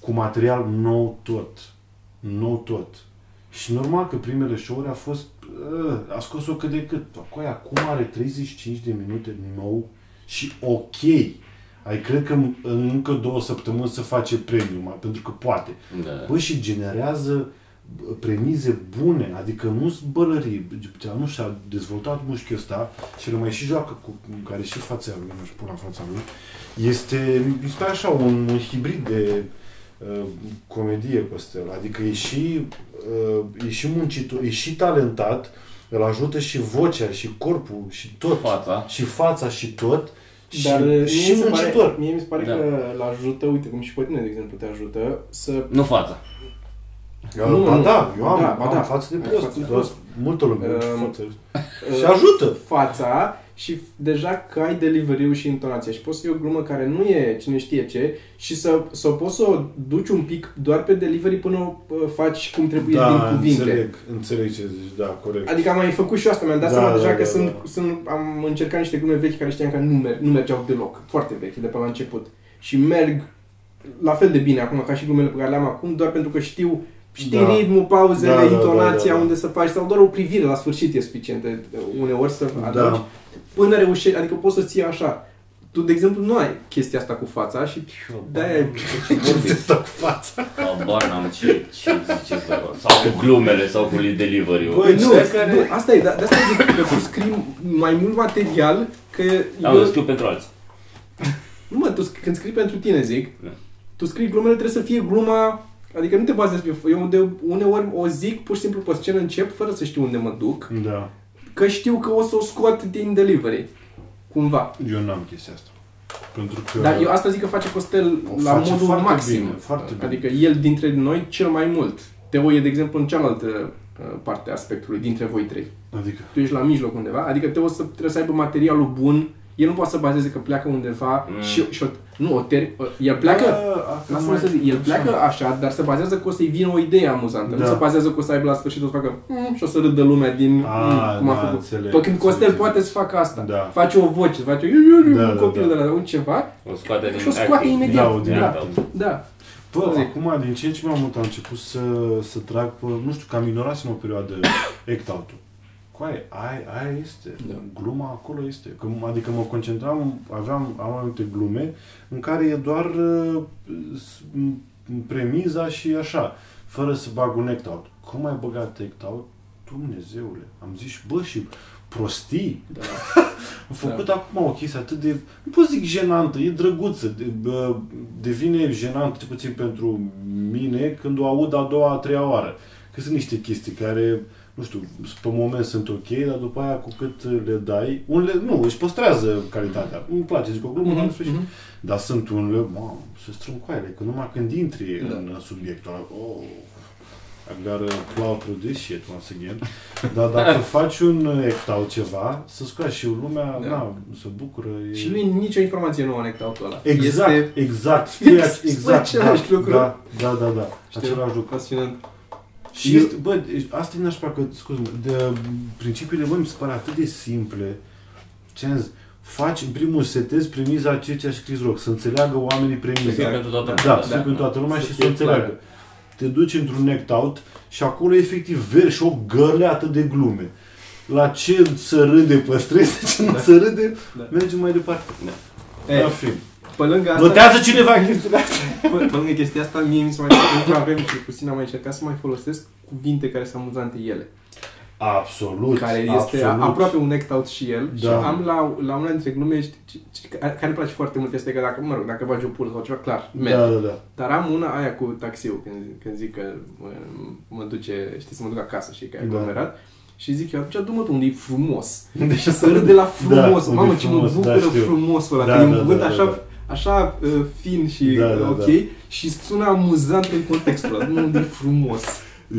cu material nou tot. Nou tot. Și normal că primele show-uri a fost... Uh, a scos-o cât de cât. Acoi acum are 35 de minute nou și ok. Ai cred că în în încă două săptămâni se face premium, pentru că poate. Da. Bă, și generează bă, premize bune, adică nu sunt bălării, Giptea nu și-a dezvoltat mușchiul ăsta și îl mai și joacă cu cu care și fața lui, nu știu, pun la fața lui, este, este așa un, un hibrid de uh, comedie Costel, adică e și, uh, e și muncitor, e și talentat, îl ajută și vocea, și corpul, și tot, Fața. și fața, și tot, și, Dar mie și mi se muncitor. pare, mie mi se pare Da. că îl ajută, uite cum și pe tine, de exemplu, te ajută să... Nu fața. Nu, Nu, ba nu, da, eu am, da, ba am da. față de Ai prost, față de da. prost. multă lume. Um, față. uh, Și ajută! fața și deja că ai delivery și intonația și poți să iei o glumă care nu e cine știe ce și să, să poți să o duci un pic doar pe delivery până o uh, faci cum trebuie din cuvinte. Da, înțeleg, înțeleg ce zici, da, corect. Adică am mai făcut și eu asta, mi-am dat Da, seama da, deja da, că da. sunt, sunt, am încercat niște glume vechi care știam că nu, mer- nu mergeau deloc, foarte vechi, de pe la început. Și merg la fel de bine acum ca și glumele pe care le am acum, doar pentru că știu știi Da. ritmul, pauzele, Da, da, da, intonația, da, da. unde să faci, sau doar o privire la sfârșit e suficientă uneori să Da. aduci, până reușești, adică poți să ții așa. Tu, de exemplu, nu ai chestia asta cu fața și de-aia e- Ce vorbiți? Stă cu fața. Habar n-am ce, ce ziceți acolo. Sau cu glumele, sau cu delivery Bă, ul Păi, nu, ăștia care- nu, asta e, dar de asta zic că tu scrii mai mult material, că Am eu- eu... scriu pentru alții. Nu mă, tu, sc- când scrii pentru tine, zic, Da. tu scrii glumele, trebuie să fie gluma... Adică nu te bazezi pe... Eu de, uneori o zic pur și simplu pe scenă încep fără să știu unde mă duc, Da, că știu că o să o scot din delivery. Cumva. eu n-am chestia asta. Pentru că... Dar Da, eu asta zic că face Costel O la Da. face modul foarte maxim. bine, foarte bine. Adică el dintre noi cel mai mult. Teo e, de exemplu, în cealaltă uh, parte a spectrului, dintre voi trei. Adică... Tu ești la mijloc undeva, adică Teo să, trebuie să aibă materialul bun, el nu poate să bazeze că pleacă undeva Mm. și, și o, nu, o ter, el pleacă, Da, Asta să zic, el pleacă așa, dar se bazează că o să-i vină o idee amuzantă. Da. Nu se bazează că o să aibă la sfârșit o să facă mm, și o să râdă lumea din A, mm, cum a da, făcut. înțeleg, Pe când Costel înțeleg. poate să facă asta. Da. Face o voce, face o, iu, Da, da, da, un copil da. de la un ceva. O scoate din Și o scoate acting. imediat. Da, o din Da, acting. da. Da. Bă, Zi. acum, din ce în ce mai mult am început să, să trag pe, nu știu, că am ignorat în o perioadă [coughs] act out Coaie, aia, aia este. Da. Gluma acolo este. Că, m- adică mă concentram, aveam am anumite glume în care e doar uh, s- m- premiza și așa, fără să bag un act out. Cum ai băgat act out? Dumnezeule, am zis, bă, și prostii, da. [laughs] am făcut acum o chestie atât de, nu pot zic jenantă, e drăguță, de, bă, devine jenantă, cel puțin pentru mine, când o aud a doua, a treia oară. Că sunt niște chestii care, nu știu, s- pe moment sunt ok, dar după aia cu cât le dai, unele, nu, își păstrează calitatea. Îmi place, zic o glumă, mm-hmm. Mhm, în sfârșit. mhm. Dar sunt unele, mamă, se strâng coaiele, că numai când intri da. Da. în subiectul ăla, oh, I gotta plow through this shit once again. Dar [laughs] dacă faci un act out ceva, să scoți și lumea, da. Da. na, se bucură. E... Și nu e nicio informație nouă în act ăla. Exact, Este este... exact, spui, [laughs] ac- Spui exact, același da, lucru. da, da, da, da, Știu. același lucru. fascinant. Și Eu- este, bă, deci asta e nașpa că, scuze de uh, principiile, bă, mi se pare atât de simple. Ce am zis? Faci, în primul setez premiza ceea ce a scris Roc, să înțeleagă oamenii Să fie premiza. pentru toată Da, lumea. da, da, pentru toată lumea Exact. Să și să fie înțeleagă. clară. Te duci într-un act out și acolo efectiv veri și o găleată de glume. La ce să râde păstrezi, [laughs] ce nu să râde, Da. mergem mai departe. E, La film. Eh, pe lângă asta... Notează cineva chestiile astea. Bă, pe lângă chestia asta, mie mi se mai pentru că avem cel puțin am mai încercat să mai folosesc cuvinte care sunt amuzante ele. Absolut, Care este absolut. a, aproape un act out și el. Și Da. am la, la una dintre glume știi, ce- ce- ca- care îmi place foarte mult este că dacă, mă rog, dacă bagi o pulă sau ceva, clar, merg. Da, da, da. Dar am una aia cu taxiul, când, când zic că mă, mă duce, știi, să mă duc acasă și că e Da. aglomerat. Și zic eu, atunci du-mă tu unde e frumos. Și să râd de la frumos. [laughs] Da, unde Da, e Mamă, ce mă frumos, da, bucură știu. frumosul ăla, Da, că e da, un cuvânt da, da, așa, da. așa uh, fin și Da, da, uh, ok da. și sună amuzant în contextul ăla. Nu, unde e frumos.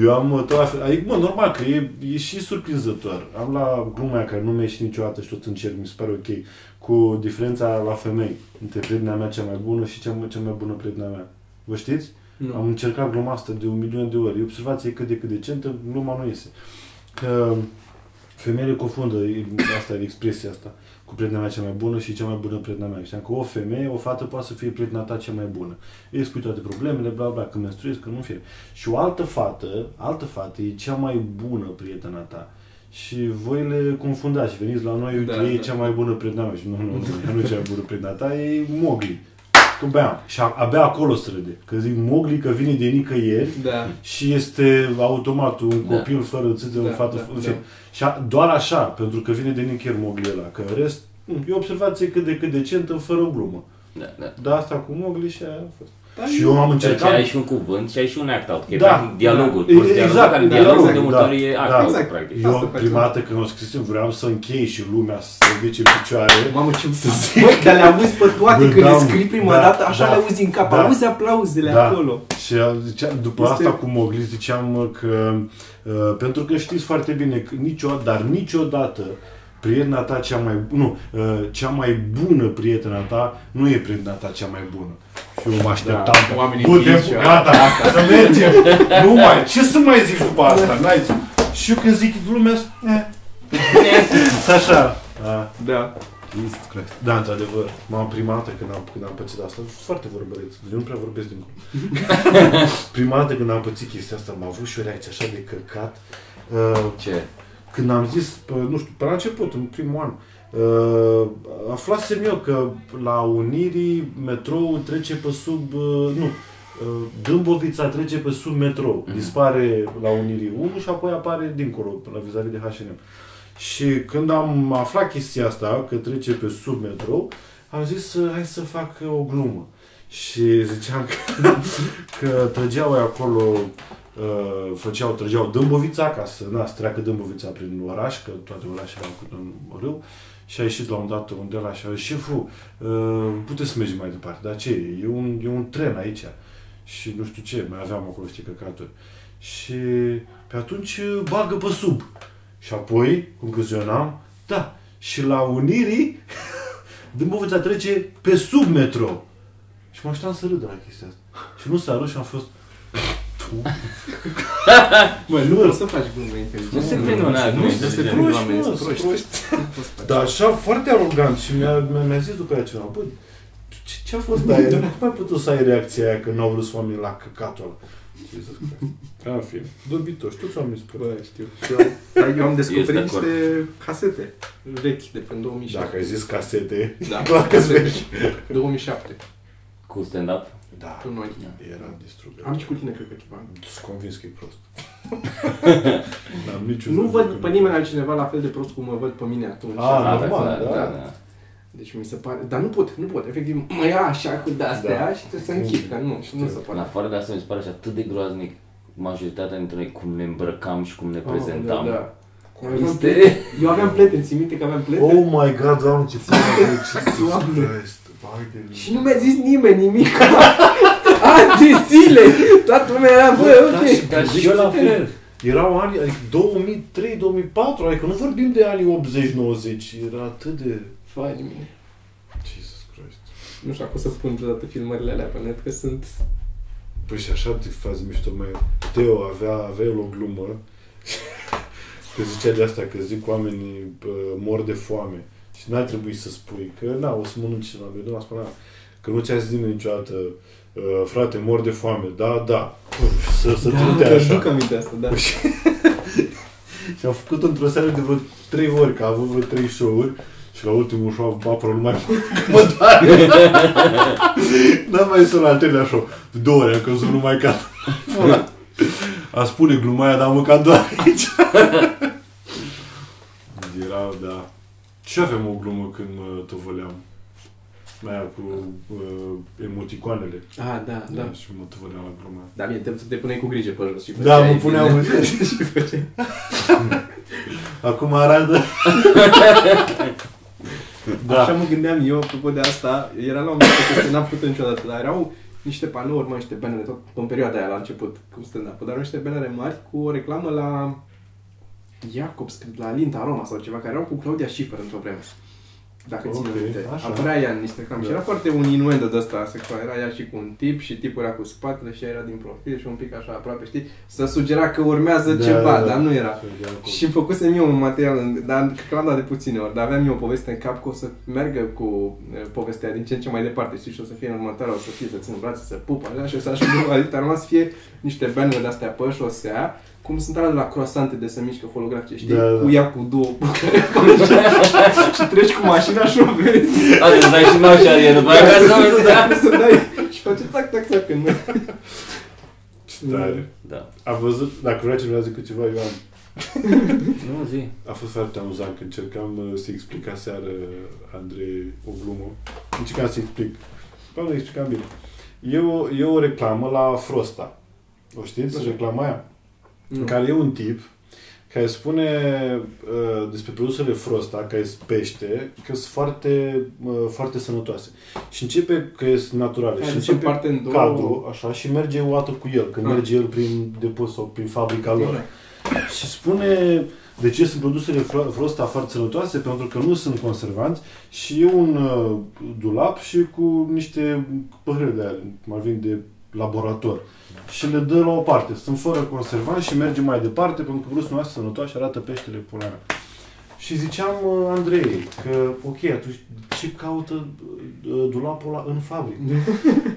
Eu am uh, tot la fel. Adică, mă, normal că e, e și surprinzător. Am la gluma aia care nu mi-a ieșit niciodată și tot încerc, mi se pare ok, cu diferența la femei între prietena mea cea mai bună și cea, mai- cea mai bună prietena mea. Vă știți? Am Nu. încercat gluma asta de un milion de ori. E o observație cât de cât decentă, gluma nu iese. Că femeile confundă e- asta, e expresia asta cu prietena mea cea mai bună și cea mai bună prietena mea. Și am că o femeie, o fată poate să fie prietena ta cea mai bună. Îi spui toate problemele, bla bla, când menstruezi, când nu fie. Și o altă fată, altă fată e cea mai bună prietena ta. Și voi le confundați și veniți la noi, uite, Da, da, e da. cea mai bună prietena mea. Și nu, nu, nu, ea nu e cea mai bună prietena ta, e Mogli. Că bea. Și a- abia acolo se râde. Că zic Mogli că vine de nicăieri Da. și este automat un Da. copil fără țâțe, Da, o fată da, fără... da. Da. Și a, doar așa, pentru că vine de nicăieri Mowgli ăla, că în rest Mm. m, e o observație cât de cât decentă, fără glumă. Da, da. Dar asta cu Mowgli și aia a fost. Da, și eu am Deci încercat... ai și un cuvânt și ai și un act out, că e Da. practic dialogul, Da. da. E- dialogul exact, care da, dialogul exact, de multe da. ori e act Da, out, exact. practic. Asta Eu, facem. prima dată când o scrisem, vreau să închei și lumea să se ridice în picioare. Mamă, ce Bă, dar le auzi pe toate Bă, când da, le mă. scrii prima Da, dată, așa da, le auzi în cap. da. Auzi aplauzele Da. acolo. Și a- zicea, după Este- asta cu Mogli ziceam mă, că, uh, pentru că știți foarte bine, că nicio, dar niciodată prietena ta cea mai, nu, uh, cea mai bună prietena ta nu e prietena ta cea mai bună. Și eu mă așteptam. Da, oamenii Da. Bun, vii de- și- gata, asta, [laughs] să mergem. nu mai, ce să mai zici după asta? N-ai ce. Și eu când zic lumea, eh. [laughs] așa. Da. Da. Jesus Christ. Da, într-adevăr, m-am prima dată când am, când am pățit asta, sunt foarte vorbăreț, deci eu nu prea vorbesc din gură. prima dată când am pățit chestia asta, am avut și o reacție așa de căcat. Uh, Ce? când am zis, pă, nu știu, pe la început, în primul an, uh, aflasem eu că la Unirii metrou trece pe sub, uh, nu, uh, Dâmbovița trece pe sub metrou, mm-hmm. dispare la Unirii 1 și apoi apare dincolo, la vis-a-vis de H&M. Și când am aflat chestia asta, că trece pe sub metrou, am zis, uh, hai să fac uh, o glumă. Și ziceam că, [laughs] că trăgeau ei acolo, uh, făceau, trăgeau Dâmbovița ca să, na, să treacă Dâmbovița prin oraș, că toate orașele au câte un râu. Și a ieșit la un dat unde la și a zis, șeful, uh, puteți să mergem mai departe, dar ce e? E un, e un tren aici. Și nu știu ce, mai aveam acolo știi căcaturi. Și pe atunci uh, bagă pe sub. Și apoi concluzionam, da, și la Unirii [laughs] Dâmbovița trece pe sub metro. Și mă așteptam să râd de la chestia asta. Și nu s-a râs și am fost... Tu? [laughs] Bă, nu poți să faci glume inteligente. Nu se prind un alt Nu glume se inteligente. prind Proști, oameni, mă, sunt proști. sunt Nu poți să faci. [laughs] Dar așa foarte arogant și mi-a, mi-a mi-a zis după aia ceva, bă, ce, ce a fost aia? Cum ai putut să ai reacția aia că n-au râs oamenii la căcatul ăla? Jesus Christ. Da, În fine, dobitoși, toți oamenii sunt proști. Bă, știu. Și Eu, dar eu am descoperit Ești de acord. niște casete vechi de până 2007. Dacă ai zis casete, Da, clar că casete. vezi. 2007. Cu stand-up? Da, Cu noi. era distrugător. Am și cu tine, cred că, ceva. Sunt convins că e [laughs] prost. N-am niciun Nu dubiu că văd pe e nimeni prost. altcineva la fel de prost cum mă văd pe mine atunci. Ah, Da, normal, da, da. da, da. Deci mi se pare... Dar nu pot, nu pot. Efectiv, mă ia așa cu de-astea Da. și trebuie să închid, că nu, nu se În poate. afară de asta mi se pare și atât de groaznic majoritatea dintre noi cum ne îmbrăcam și Oh, cum ne Oh, prezentam. [laughs] Ah, da, da. Eu aveam Este- plete- Eu aveam plete, ții minte că aveam plete? Oh my god, doamne, ce [laughs] fără Doamne. Christ, vai de mine. Și nu mi-a zis nimeni nimic. [laughs] Ani de zile! Toată lumea era, bă, Da, uite! și- Dar Deci și eu la uite-te, fel. Erau anii, adică 2003-2004, adică nu vorbim de anii 80-90, era atât de... Fai de mine. Jesus Christ. Nu știu, acum să pun vreodată filmările alea pe net, că sunt... Păi și așa de fazi mișto mai... Teo avea, avea el o glumă [laughs] că zicea de asta, că zic oamenii bă, mor de foame și n-ar trebui să spui că na, o să mănânci la mine, nu spunea că nu ți-a zis nimeni niciodată "Uh, frate, mor de foame, da, da, Puf, să, să da, trânte că așa. duc aminte asta, da. Și am făcut într-o seară de vreo 3 ori, că a avut vreo 3 show-uri și la ultimul show am apărut numai [laughs] mă tare. [laughs] N-am mai sunat la treilea show. De două ori am căzut numai ca pula. A spune gluma aia, dar măcar doar aici. [laughs] Era, da. Și avem o glumă când mă tăvăleam. Aia cu uh, emoticoanele. A, da, da. Și mă tăvăleam la gluma aia. Da, bine, te, te puneai cu grijă pe jos și [laughs] Da, făceai mă puneam bine. în și făceai. Acum [laughs] arată... Da. Așa da. mă gândeam eu, apropo de asta, era la un moment dat că n-am făcut niciodată, dar erau niște panouri, mă, niște bannere, tot în perioada aia la început, cum stand up dar erau niște bannere mari cu o reclamă la Jacobs, când la Linda Roma sau ceva, care erau cu Claudia Schiffer într-o vreme. Dacă țin Ok, minte. așa. Apărea ea în niște reclame și Da. era foarte un inuendo de ăsta sexual. Era ea și cu un tip și tipul era cu spatele și ea era din profil și un pic așa aproape, știi? Să sugera că urmează Da, ceva, dar nu era. Și îmi făcusem eu un material, în- dar cred că l-am dat de puține ori, dar aveam eu o poveste în cap că o să meargă cu e, povestea din ce în ce mai departe, știi, și o să fie în următoarea, o să fie să țin în brațe, să pupă, așa, și o să ajungă, adică ar urma să fie niște bannere de-astea pe șosea, cum sunt alea de la croasante de să mișcă folografice, știi, Da, da. cu ea cu două bucări [laughs] și treci cu mașina și o vezi. A, deci dai și mașarie după aia ca să nu da. Să dai și exact face tac, tac, tac în mână. Mm. Tare. [laughs] Da. Am văzut, dacă vrea cineva să zică ceva, eu am Nu zi. A fost foarte amuzant când încercam uh, să explic aseară Andrei o glumă. Încercam să explic. Păi nu explicam bine. E o, e o reclamă la Frosta. O știți? Așa. Reclama aia. Nu. În care e un tip care spune uh, despre produsele Frosta, care sunt pește, că sunt foarte, uh, foarte sănătoase. Și începe că sunt naturale. Hai, și să începe parte în două. cadru, așa, și merge o dată cu el, când Ah. merge el prin depozit sau prin fabrica lor și spune de ce sunt produsele Fro- Frosta foarte sănătoase, pentru că nu sunt conservanți și e un uh, dulap și cu niște păhăre de alea, cum ar veni de laborator. Și le dă la o parte. Sunt fără conservanți și mergem mai departe pentru că produsul noastre sănătoase arată peștele pula mea. Și ziceam uh, Andrei că, ok, atunci ce caută uh, dulapul ăla în [laughs] fabrică?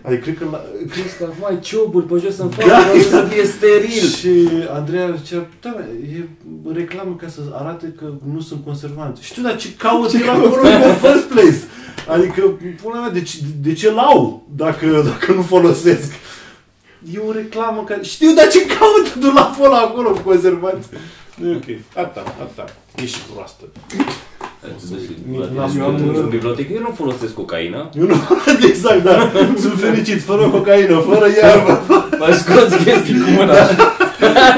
Adică cred că la, Crezi că acum ai cioburi pe jos în față, Da, vreau să fie steril. și Andreea zicea, da, e reclamă ca să arate că nu sunt conservanți. Știu, dar ce caut el acolo în first place? Adică, pula mea, de ce, de ce l-au dacă, dacă nu folosesc? E o reclamă care... Știu, dar ce caută dulapul ăla acolo cu conservanți? Nu e ok. Ata, ata. Ești proastă. Eu am în bibliotecă, eu nu folosesc cocaină. Eu nu exact, da. Sunt fericit, fără cocaină, fără iarbă. Mă scoți chestii cu [laughs] mâna.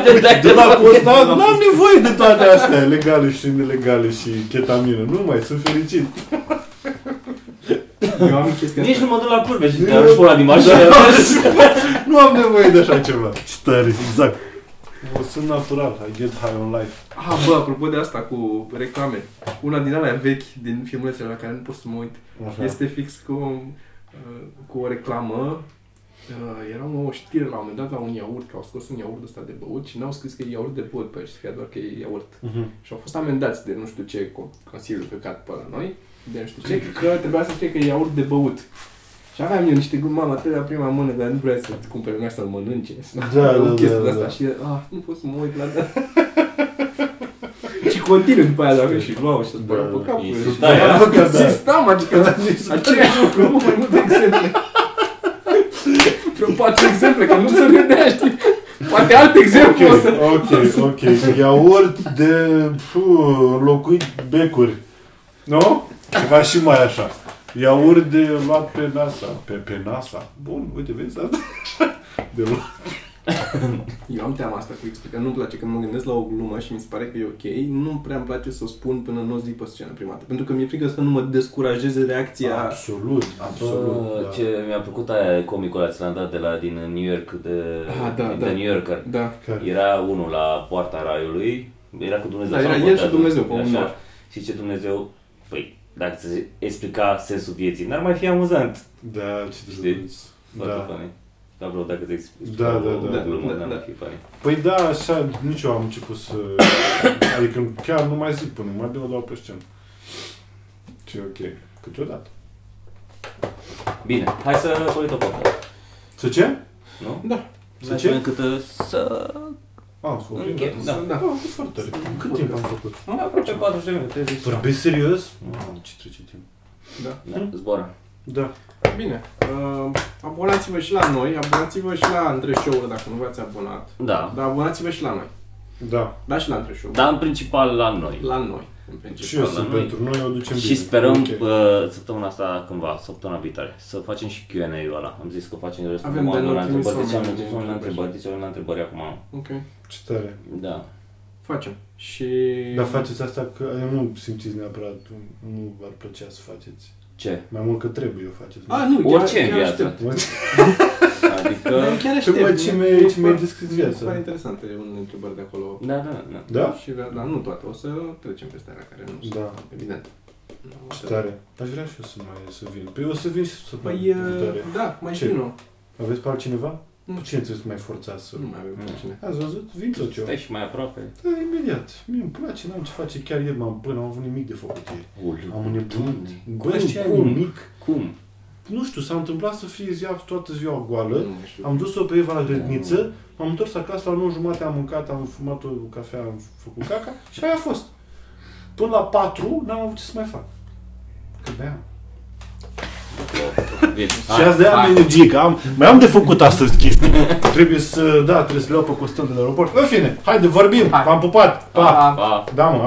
Te dai De la da. posta de n-am nevoie de toate astea, legale și nelegale și ketamină. Nu mai sunt fericit. Eu am chestia Nici asta. nu mă duc la curbe și te arunci pula din mașină. [laughs] Nu am nevoie de așa ceva. Ce tare, exact. O sunt natural, I get high on life. Ah, bă, apropo de asta cu reclame, una din alea vechi din filmulețele la care nu pot să mă uit, Așa. este fix cu, uh, cu o reclamă. Uh, Era o știre la un moment dat la un iaurt, că au scos un iaurt ăsta de băut și n-au scris că e iaurt de băut pe aici, scria doar că e iaurt. Mhm. Și au fost amendați de nu știu ce co- consiliul căcat pe la noi, de nu știu ce, Mm. că trebuia să scrie că e iaurt de băut. Și aveam eu niște glume, mama, trebuie la prima mână, dar nu vreau să cumpere lumea să-l mănânce. [laughs] da, O da, chestie da, de asta da. și ah, nu pot să mă uit la [laughs] și continui după aia la rând și luau și să Da, pe da. capul. Ei, Și sunt da, [laughs] aia, da, că da. Sistam, adică aceeași lucru, nu mai multe [laughs] exemple. Vreo patru exemple, că nu se gândea, știi? Poate alt exemplu o Ok, să... ok, ok. Iaurt de puh, locuit becuri. Nu? Ceva și mai așa. Iaurt de luat pe NASA. Pe, pe NASA. Bun, uite, vezi asta? De luat. Eu am teama asta cu explica, nu-mi place că mă gândesc la o glumă și mi se pare că e ok, nu prea îmi place să o spun până nu o zic pe scenă prima dată, pentru că mi-e frică să nu mă descurajeze reacția Ah. Absolut, absolut. Bă, da. Ce mi-a plăcut aia comicul ăla ți l-am dat de la din New York de, Ah, da, din da. The New Yorker. Da. Care? Era unul la poarta raiului, era cu Dumnezeu. Da, sau era nu el și contează, Dumnezeu, pe așa. umor. Și ce Dumnezeu, păi, dacă se explica sensul vieții, n-ar mai fi amuzant. Da, ce Știi? drăguț. Foarte Da. funny. Dar vreau dacă te explica Da, da, o da, glumă, da, n-ar da. fi funny. Păi da, așa, nici eu am început să... adică chiar nu mai zic până, mai bine o dau pe scenă. Ce e ok. Câteodată. Bine, hai să solit o popă, Să ce? nu? Da. Să ce? ce? Cât uh, să... A, să vorbim. Încheiem. gata. Da. Da, Da. a fost foarte tare. Cât timp am făcut? Aproape 40 de minute, 30 Vorbesc serios? Mamă, ce trece timp. Da, zboară. Da. Bine, uh, abonați-vă și la noi, abonați-vă și la între show dacă nu v-ați abonat. Da. Dar abonați-vă și la noi. Da. Da, și la între show Dar în principal la noi. La noi, în principiu. Și eu la sunt noi. pentru noi, o ducem Și bine. sperăm Ok. uh, săptămâna asta cândva, săptămâna viitoare, să facem și Q&A-ul ăla. Am zis că facem Avem răspunsul de oamenilor la la trimis întrebări, deci am oameni răspuns din la întrebări, întrebări. deci oameni la întrebări acum. Ok. Ce tare. Da. Facem. Și... Dar faceți asta că nu simțiți neapărat, nu v-ar plăcea să faceți. Ce? Mai mult că trebuie o faceți. A, nu, chiar, Orice în chiar viață. aștept. [laughs] Adică... Dar chiar Că aștept. Păi, bă, ce mi-ai ce mi-ai descris Mi se pare viața. interesante unele întrebări de acolo. Da, da, da. Da? Și, dar nu toate, o să trecem peste alea care nu sunt, Da. evident. Nu, Ce o să- tare. Aș vrea și eu să mai să vin. Păi eu o să vin și să Păi, mai uh, da, mai Ce? vino. Aveți pe altcineva? Nu. Cu cine trebuie să mai forțați să... Nu mai avem cu cine. Ați văzut? Vin tot eu. Stai și mai aproape. Da, imediat. Mie îmi place, n-am ce face. Chiar ieri m-am până, am avut nimic de făcut ieri. Am Doamne. Păi înnebunit. Cum? Bă, și Cum? mic. [laughs] Cum? Nu știu, s-a întâmplat să fie ziua, toată ziua goală. Nu mai știu. Am dus-o pe Eva la grădiniță, m-am întors acasă la 9 jumate, am mâncat, am fumat o cafea, am făcut caca și aia a fost. Până la 4 n-am avut ce să mai fac. Că beam. Vezi. Și azi de am Hai. energie, că am, mai am de făcut astăzi chestii. trebuie să, da, trebuie să le iau pe Costan de la aeroport. În fine, haide, vorbim, Hai. v-am pupat, pa! Pa! Pa. Da, mă,